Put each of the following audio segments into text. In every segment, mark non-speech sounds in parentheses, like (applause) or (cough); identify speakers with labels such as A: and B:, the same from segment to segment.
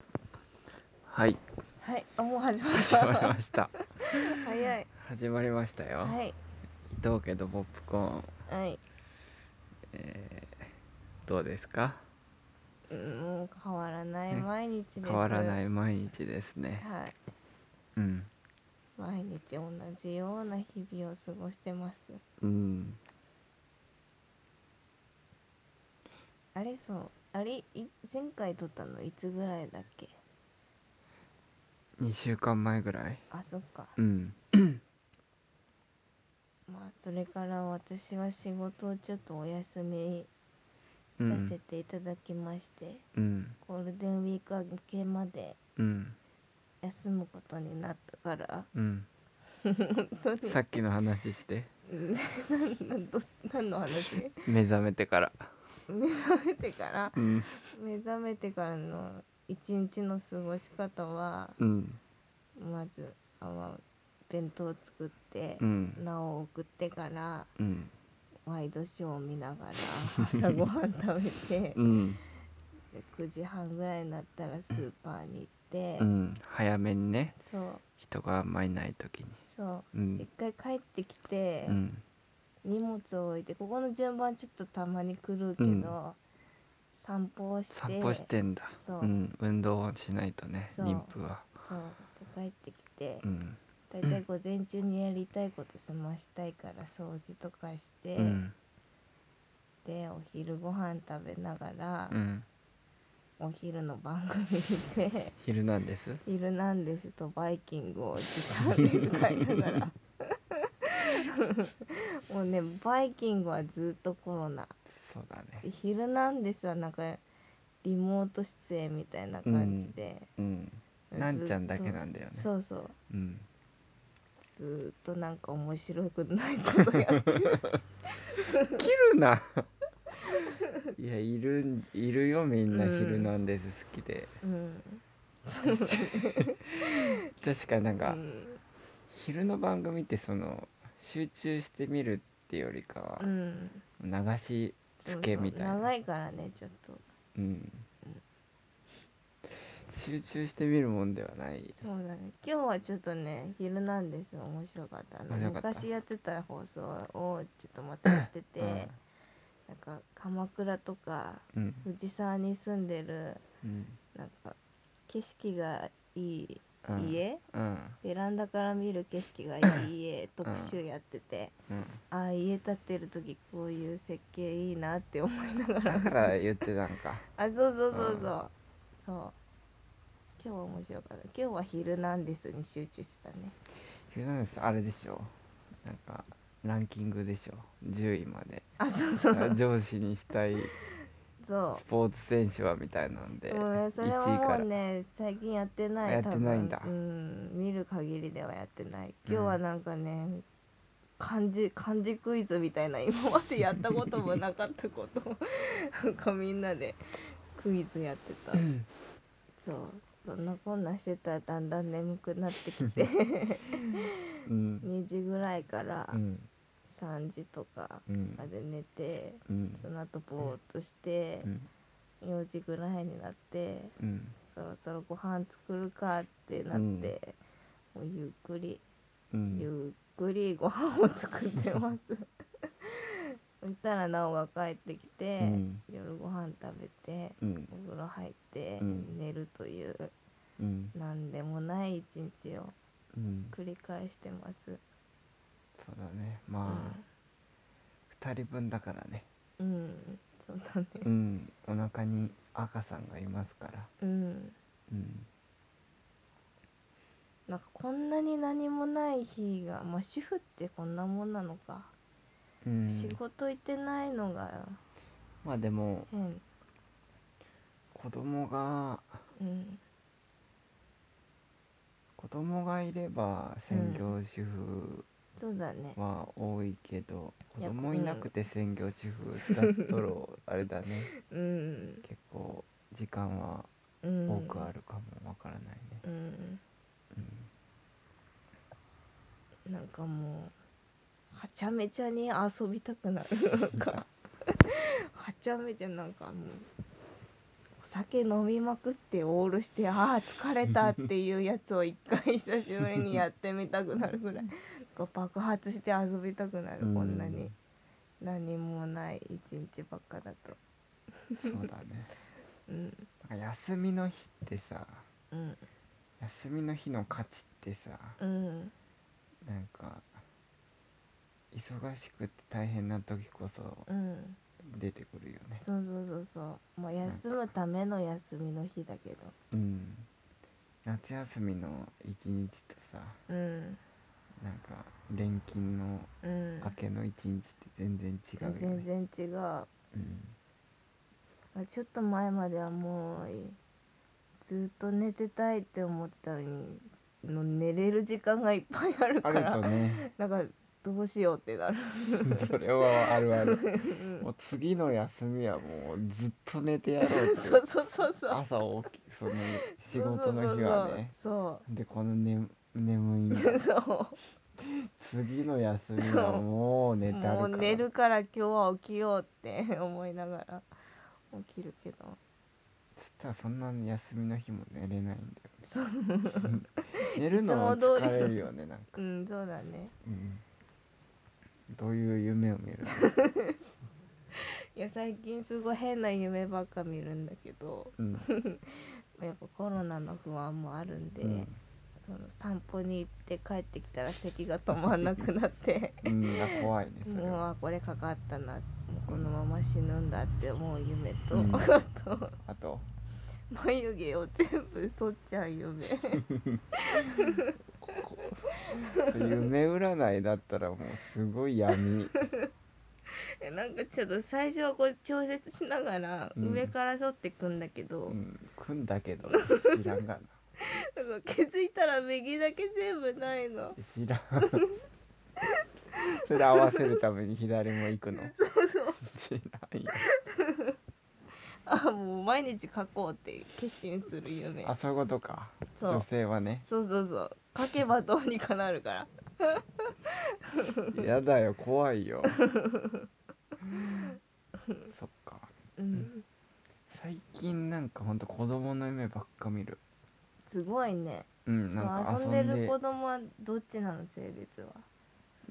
A: (laughs)
B: はい
A: はい、あもう始まっ
B: 始まり
A: た。
B: ました
A: 早い。
B: 始まりましたよ、
A: はい。
B: 伊藤家とポップコーン
A: はい。
B: どうですか
A: うんもう変わらない
B: ね
A: 毎日です。。
B: 変わらないい毎日ですね
A: はい。
B: うん
A: 毎日同じような日々を過ごしてます。
B: うん
A: あれそう。あれい前回撮ったのいつぐらいだっけ
B: 2週間前ぐらい
A: あそっか
B: うん
A: まあそれから私は仕事をちょっとお休み
B: う
A: させ
B: ん
A: ていただきまして、
B: うん
A: ゴールデンウィーク明けまで
B: うん
A: 休むことになったから (laughs)
B: うん
A: 本当に
B: さっきの話して
A: (laughs) 何ど何の話
B: 目覚めて
A: (laughs)
B: から
A: 目覚めてから
B: うん
A: 目覚めてからの一日の過ごし方は
B: うん
A: まずあまあ弁当を作って、
B: うん
A: 名を送ってから
B: うん
A: ワイドショーを見ながら
B: (laughs)
A: 朝ごはん食べて
B: うん
A: で9時半ぐらいになったらスーパーに行って、
B: うん早めにね
A: そう
B: 人があんまいない時に
A: そうう、
B: ん
A: 一回帰ってきて、
B: うん
A: 荷物を置いてここの順番ちょっとたまに狂うけど、
B: うん
A: 散歩をして
B: 散歩してんだ
A: そう
B: うん運動をしないとね
A: そう
B: 妊婦は
A: そうで帰ってきて
B: う、ん
A: 大体午前中にやりたいこと済ましたいから掃除とかして、
B: うん
A: でお昼ご飯食べながら
B: う、ん
A: お昼の番組見
B: (laughs)
A: て
B: 「ヒルナンデス」
A: 「ヒルナンデス」と「バイキング」をチャンネル変えながら (laughs) もうね「バイキング」はずっとコロナ
B: そうだ
A: 「
B: ね
A: ヒルナンデス」はなんかリモート出演みたいな感じで、
B: うん
A: ずっと
B: なんちゃんだけなんだよね
A: そうそう
B: うん
A: ずーっとなんか面白くな
B: (laughs)
A: いことやってる
B: 切るないやいるんいるよみんな「
A: うん
B: ヒルナンデス」好きで
A: うん
B: 確かなん
A: う
B: か、
A: ん
B: 昼の番組ってその集中して見るってよりかは
A: うん
B: 流しつけみたいな
A: そうそう長いからねちょっと
B: うん集中して見るもんではない
A: そうだね今日はちょっとね「ヒルナンデス」面白かった
B: 面
A: の
B: 白かった
A: 昔やってた放送をちょっとまたやってて、
B: うん
A: なんか鎌倉とか
B: うん
A: 藤沢に住んでる
B: うん
A: なんか景色がいい
B: うん
A: 家、
B: うん
A: ベランダから見る景色がい
B: (laughs)
A: い家特集やってて、
B: うん
A: ああ家建てる時こういう設計いいなって思いながら
B: だから言ってたんか
A: あそうそうそうそう、
B: う
A: そう今日は面白かった今日は「ヒルナンデス」に集中してたね
B: ヒルナンデスあれでしょなんかランキングでしょ10位まで
A: あそうそう
B: 上司にしたい
A: そ
B: スポーツ選手はみたいなん
A: う
B: で
A: でもねそれは
B: 1位か
A: も
B: ら
A: うね最近やってない
B: やってないんだ
A: 多分うん見る限りではやってない今
B: う
A: 日
B: ん
A: はなんかね、漢字漢字クイズみたいな今までやったこともなかったことをなんかみんなでクイズやってたそうそんなこんなしてたらだんだん眠くなってき
B: (laughs)
A: て
B: うん
A: 2時ぐらいから
B: うん
A: 3時とか
B: うん
A: まで寝て、
B: うん
A: その後ぼーっとして
B: う、ん
A: 4時ぐらいになって
B: うん
A: そろそろご飯作るかってなって、もうゆっくり、
B: うん
A: ゆっくりご飯を作ってますそしたらなおが帰ってきて、
B: うん
A: 夜ご飯食べて
B: うん
A: お風呂入って、
B: うん
A: 寝るという
B: うん
A: 何でもない一日を
B: うん
A: 繰り返してます
B: そうだねまあ2人分だからね
A: うん、うん、そうだね
B: うんお腹に赤さんがいますから
A: うん
B: うん
A: なんかこんなに何もない日がまあ主婦ってこんなもんなの
B: う
A: か、
B: ん
A: 仕事行ってないのが
B: まあでも
A: 変
B: 子供が
A: うん
B: 子供がいれば専業主婦
A: そうだね
B: は多いけど、
A: い
B: 子
A: や
B: 供いなくて専業主婦だったらあれ
A: (laughs)
B: だね
A: うん
B: 結構時間は
A: うん
B: 多くあるかもわからないね、
A: うん
B: うん
A: なんかもうはちゃめちゃに遊びたくなるなんかはちゃめちゃなんかもう酒飲みまくってオールしてああ疲れたっていうやつを一回久しぶりにやってみたくなるぐらいこう爆発して遊びたくなるこんなに何もない一日ばっかだと
B: うんそうだね
A: うん
B: なんか休みの日ってさ
A: うん
B: 休みの日の価値ってさ
A: うん
B: なんか忙しくて大変な時こそ
A: うん
B: 出てくるよね
A: そうそうそうそうもう休むための休みの日だけど
B: うん夏休みの一日とさ
A: うん
B: なんか連勤の
A: うん
B: 明けの一日って全然違うよね
A: 全然違う
B: うん
A: あちょっと前まではもういずっと寝てたいって思ってたのにの寝れる時間がいっぱいあるか
B: あると
A: ら (laughs)
B: ね
A: なんかどうしようってなる
B: それはあるあるもう次の休みはもうずっと寝てやろうって
A: そうそうそうそう
B: 朝起きその仕事の日はね
A: そ
B: でこの眠眠いな
A: うそ
B: 次の休みはもう
A: う
B: 寝たるから
A: もう寝るから今日は起きようって思いながら起きるけど
B: そしたらそんな休みの日も寝れないんだよね
A: (laughs)
B: 寝るのも
A: いつも通
B: 疲
A: り
B: れるよねなんか、
A: うんそうだね
B: うん、どういう夢を見るの
A: (laughs) いや最近すごい変な夢ばっか見るんだけど
B: うん
A: やっぱコロナの不安もあるんで、
B: うん
A: その散歩に行って帰ってきたら咳が止まんなくなって
B: うん、あ怖いね (laughs) それ
A: もう
B: は
A: あこれかかったなもうこのまま死ぬんだって思う夢と、
B: うん
A: あ (laughs) と
B: あと
A: 眉毛を全部剃っちゃう夢 (laughs)
B: ここ夢占いだったらもうすごい闇
A: えなんかちょっと最初はこう調節しながら
B: うん
A: 上から剃ってくんだけど、
B: うん、組んだけど知らんがな
A: そう気づいたら右だけ全部ないの (laughs)
B: 知らんそれで合わせるために左も行くの知らんよ
A: あもう毎日書こうって決心する夢
B: あそういうことか
A: そう
B: 女性はね
A: そうそうそう書けばどうにかなるから
B: やだよ怖い
A: (laughs)
B: よそっか
A: うん
B: 最近なんかほんと子供の夢ばっか見る
A: すごいね
B: うんなんか
A: 遊
B: 遊
A: ん
B: んで
A: でる子供はどっちなの性別は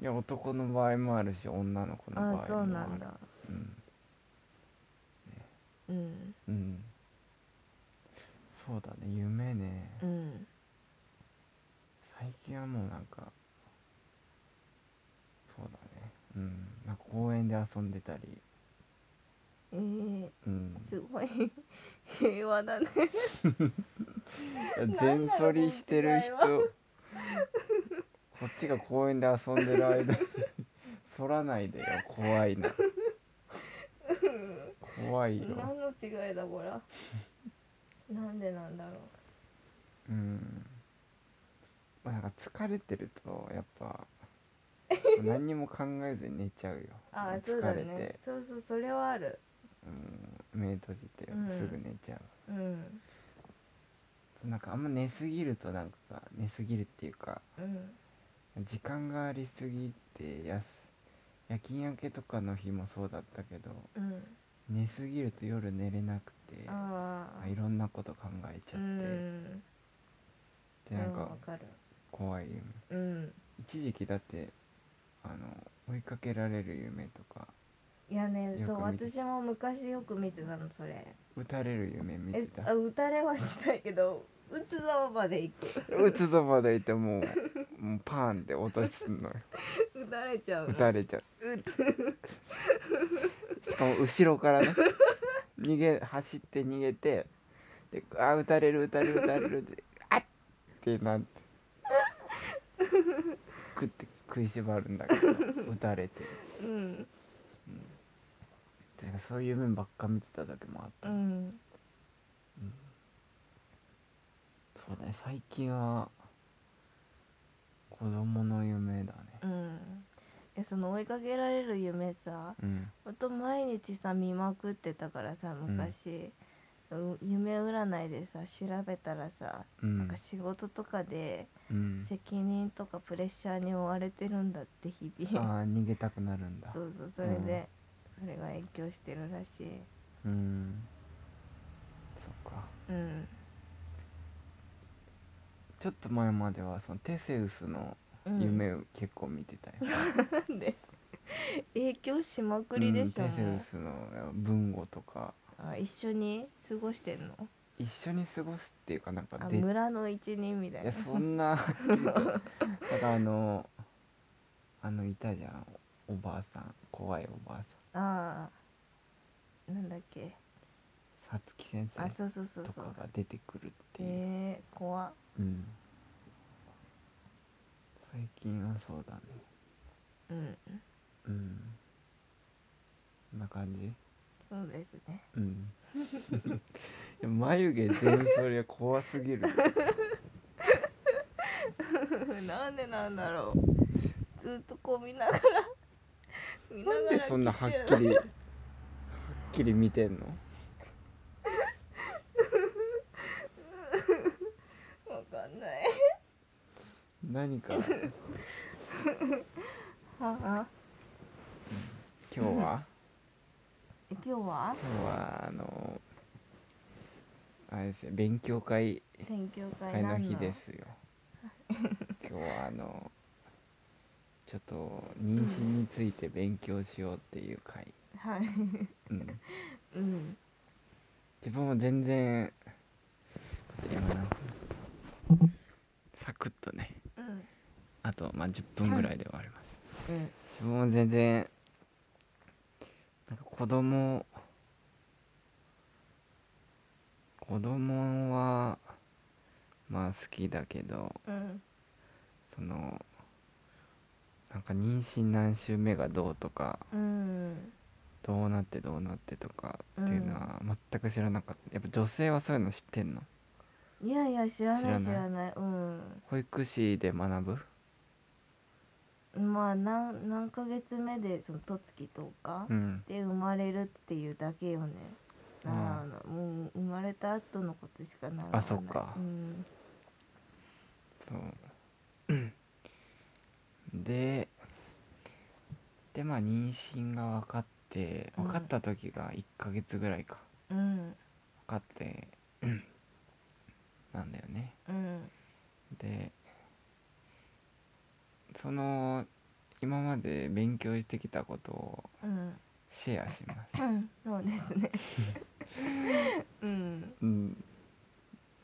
A: い
B: や男の場合もあるし女の子の場合も
A: あ
B: ある
A: そうなんだ
B: うん、
A: うん
B: うん、そうだね夢ね、
A: うん
B: 最近はもうなんかそうだねうんなんか公園で遊んでたり
A: えー、
B: うん
A: すごい (laughs) 平和だね
B: 全反りしてる人
A: なんだろ
B: こっちが公園で遊んでる間
A: (laughs)
B: に反らないでよ怖いな怖いよ
A: 何の違いだこ
B: (laughs)
A: れなんでなんだろ
B: うんまあなんか疲れてるとやっ
A: (laughs)
B: ぱ何にも考えずに寝ちゃうよ
A: う (laughs) あーそう
B: 疲
A: だ
B: れて
A: ねそうそうそれはある
B: うん、目閉じて
A: うん
B: すぐ寝ちゃう、
A: うん
B: そうなんかあんま寝すぎるとなんか寝すぎるっていうか
A: うん
B: 時間がありすぎてやす夜勤明けとかの日もそうだったけど
A: うん
B: 寝すぎると夜寝れなくて
A: あ
B: ま
A: あ
B: あいろんなこと考えちゃって、
A: うん
B: でなん
A: うんわ
B: か
A: かる
B: 怖い夢
A: うん
B: 一時期だってあの追いかけられる夢とか
A: いやね
B: よ
A: そう
B: く見て
A: 私も昔よく見てたのそれ
B: 撃たれる夢見て
A: えあ
B: た
A: 打たれはしないけど打つ側まで行く (laughs)
B: 撃つぞまでいてもうもうパーンって落とすのよ
A: 打たれちゃうの
B: 撃たれちゃうしかも後ろからね逃げ走って逃げてであ撃たれる撃たれる撃たれるであっってなって食って食いしばるんだけど撃たれて
A: うん
B: てかそういう面ばっか見てた時もあった、
A: うん
B: そうだね最近は子供の夢だね
A: うんえその追いかけられる夢さ
B: うん
A: ほんと毎日さ見まくってたからさ昔、う夢占いでさ調べたらさ、
B: うん
A: なんか仕事とかで
B: うん
A: 責任とかプレッシャーに追われてるんだって日
B: あ
A: 々
B: あー逃げたくなるんだ
A: そうそうそれで、それが影響してるらしい
B: うんそっか
A: うん
B: ちょっと前まではそのテセウスの
A: うん
B: 夢を結構見てたよ、
A: なんで (laughs) 影響しまく
B: う
A: り
B: ん
A: でしょ、
B: テセ
A: も
B: ウ
A: う
B: スの文語とか
A: あ一緒に過ごしてんの
B: 一緒に過ごすっていうかなんか
A: あ
B: でい
A: 村の一人みたいな
B: やそん
A: (laughs)
B: なはっきりとだからあのあのいたじゃんおばあさん怖いおばあ
A: ああなんだっけ
B: さんさつき先
A: あ
B: 生
A: そうそうそう
B: と
A: そ
B: か
A: う
B: が出てくるっていう、
A: えー、怖っ
B: うん最近はそうだね
A: うん
B: うんこんな感じ
A: そうです
B: (laughs)
A: ね
B: うんいや眉毛全そりゃ怖すぎる
A: なんでなんだろうずっとこう見ながら見な
B: なん
A: がら
B: でそんなはっ
A: 来てる
B: きりはっきり見てんの
A: わかんない
B: 何か
A: はあ
B: 今日は
A: 今日
B: 今
A: は
B: 日はあのあれですね勉強会
A: 勉強会
B: 会の
A: 何の
B: 日ですよ (laughs) 今日はあのちょっと妊娠について勉強しようっていう会、
A: はい
B: うん、
A: うん
B: 自分も全然今なんかサクッとね
A: うん
B: あとまあ10分ぐらいで終わります
A: うん
B: 自分も全然なんか子供子供はまあ好きだけど
A: うん
B: そのなんか妊娠何週目がどうとか
A: うん
B: どうなってどうなってとかっていうのは全く知らなかったやっぱ女性はそういうの知ってんの
A: いやいや知らない
B: 知
A: 知
B: ら
A: らないうん
B: 保育士で学ぶ
A: まあ何何ヶ月目でその十月とか
B: うん
A: で生まれるっていうだけよね
B: うん
A: 習うの、もう生まれた後のことしか習わない
B: あそっか
A: うん
B: そううん (clears throat) ででまあ妊娠が分かって
A: うん
B: 分かった時が1ヶ月ぐらいか
A: うん
B: 分かって、うんなんだよね
A: うん
B: でその今まで勉強してきたことを
A: うん
B: シェアします、
A: そうですねうん
B: うん、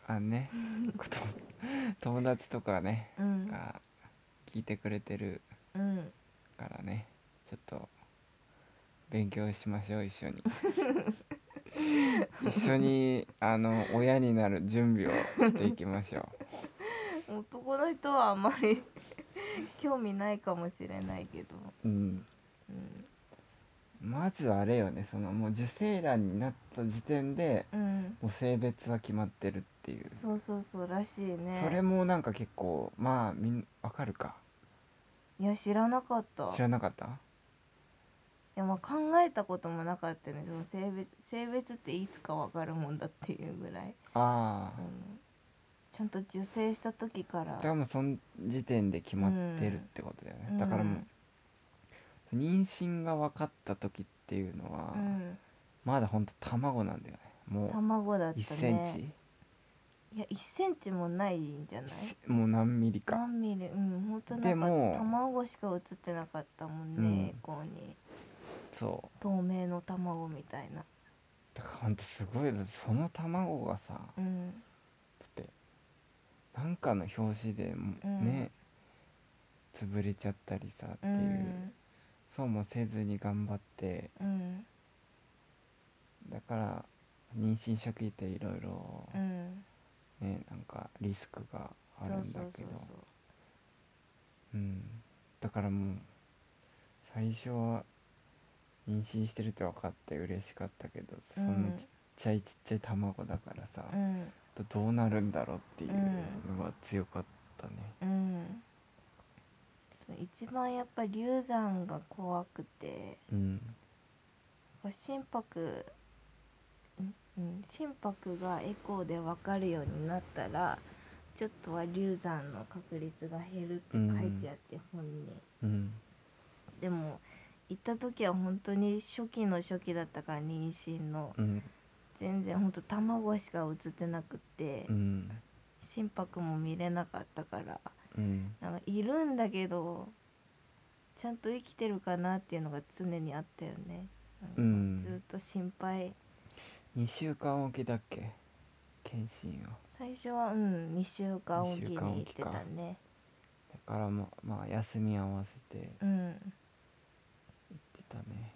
B: あのねこと友達とかね
A: うん
B: が聞いてくれてる
A: うん
B: からねちょっと勉強しましょう一緒に一緒にあの親になる準備をしていきましょ
A: 男の人はあんまり興味ないかもしれないけど
B: う、うん、
A: うん
B: まずはあれよねそのもう受精卵になった時点で
A: うん
B: もう性別は決まってるっていう
A: そうそうそうらしいね
B: それもなんか結構まあみんわかるか
A: いや知らなかった
B: 知らなかった
A: いやまあ考えたこともなかったよねその性別性別っていつかわかるもんだっていうぐらい
B: あ
A: そのちゃんと受精した時か
B: あ
A: ら
B: だからもうその時点で決まってるってことだよね、
A: うん
B: だからもう妊娠が分かった時っていうのは、
A: うん、
B: まだほんと卵なんだよねも
A: 卵だっ
B: う1
A: た
B: センチ、
A: ねいや1センチもないんじゃない
B: もう何ミリか
A: 何ミリうん本当
B: で
A: なん
B: も
A: か卵しか映ってなかったもんね、
B: うん
A: こうに
B: そう
A: 透明の卵みたいな
B: だからほんとすごいよその卵がさだ
A: うん
B: ってなんかの表紙でも
A: うん
B: ね、潰れちゃったりさって
A: う
B: いう、
A: ん
B: そうもせずに頑張って
A: うん
B: だから妊娠初期っていろいろ
A: うん
B: ねなんかリスクがあ
A: そ
B: る
A: うん
B: だ
A: そう
B: け
A: そう
B: ど
A: そう
B: うんだからもう最初は妊娠してるって分かって嬉しかったけど、
A: うん
B: そんなちっちゃいちっちゃい卵だからさ、
A: うん
B: どうなるんだろうっていう
A: うん
B: のが強かったね、
A: うんそう一番やっぱり流産が怖くて
B: うん、
A: 心拍んうん心拍がエコーで分かるようになったらちょっとは流産の確率が減るって書いてあって、本に
B: うん
A: でも行った時は本当に初期の初期だったから妊娠の
B: うん
A: 全然ほんと卵しか映ってなくて、
B: うん
A: 心拍も見れなかったから
B: うん
A: なんかいるんだけどちゃんと生きてるかなっていうのが常にあったよね、
B: う
A: なんか
B: ん
A: ずっと心配
B: 2週間おきだっけ検診を
A: 最初はうん2週間おきに
B: 二週間
A: 行
B: お
A: っ
B: き
A: て
B: か
A: たね
B: だからままあ休み合わせて
A: うん
B: 行ってたね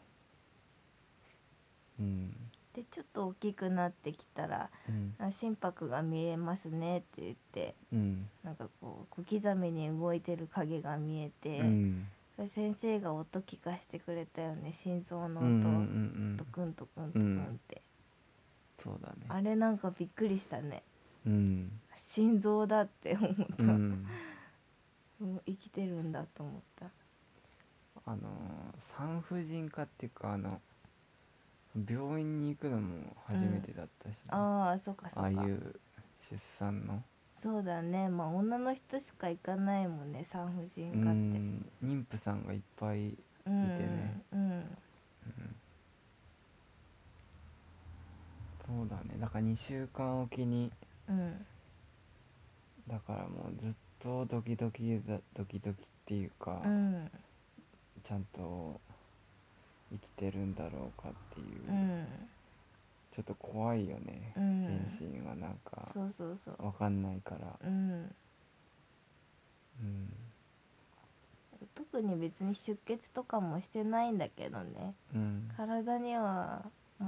B: うん
A: でちょっと大きくなってきたら
B: うん
A: あ心拍が見えますねって言って
B: うん
A: なんかこう小刻みに動いてる影が見えて、
B: うん
A: それ先生が音聞かしてくれたよね心臓の
B: うん
A: 音、
B: うんうんうん
A: ドクンドクンドクンって、
B: そうだね
A: あれなんかびっくりしたね
B: うん
A: 心臓だって思った、
B: うん
A: うん生きてるんだと思った
B: あのー産婦人科っていうかあの病院に行くのも初めてだったしね、あ
A: ああそうかそうか
B: あいう出産の
A: そうだねまあ女の人しか行かないもんね産婦人
B: う
A: 科って
B: ん妊婦さんがいっぱい、
A: うん
B: 見てね
A: うん
B: うんそうだねだから2週間おきに
A: うん
B: だからもうずっとドキドキだドキドキっていうか、
A: うん
B: ちゃんと生きてるんだろうかっていう、
A: うん
B: ちょっと怖いよね、
A: うん
B: 検診はなんか
A: そうそうそう
B: わかんないから
A: うん
B: うん
A: 特に別に出血とかもしてないんだけどね
B: うん
A: 体には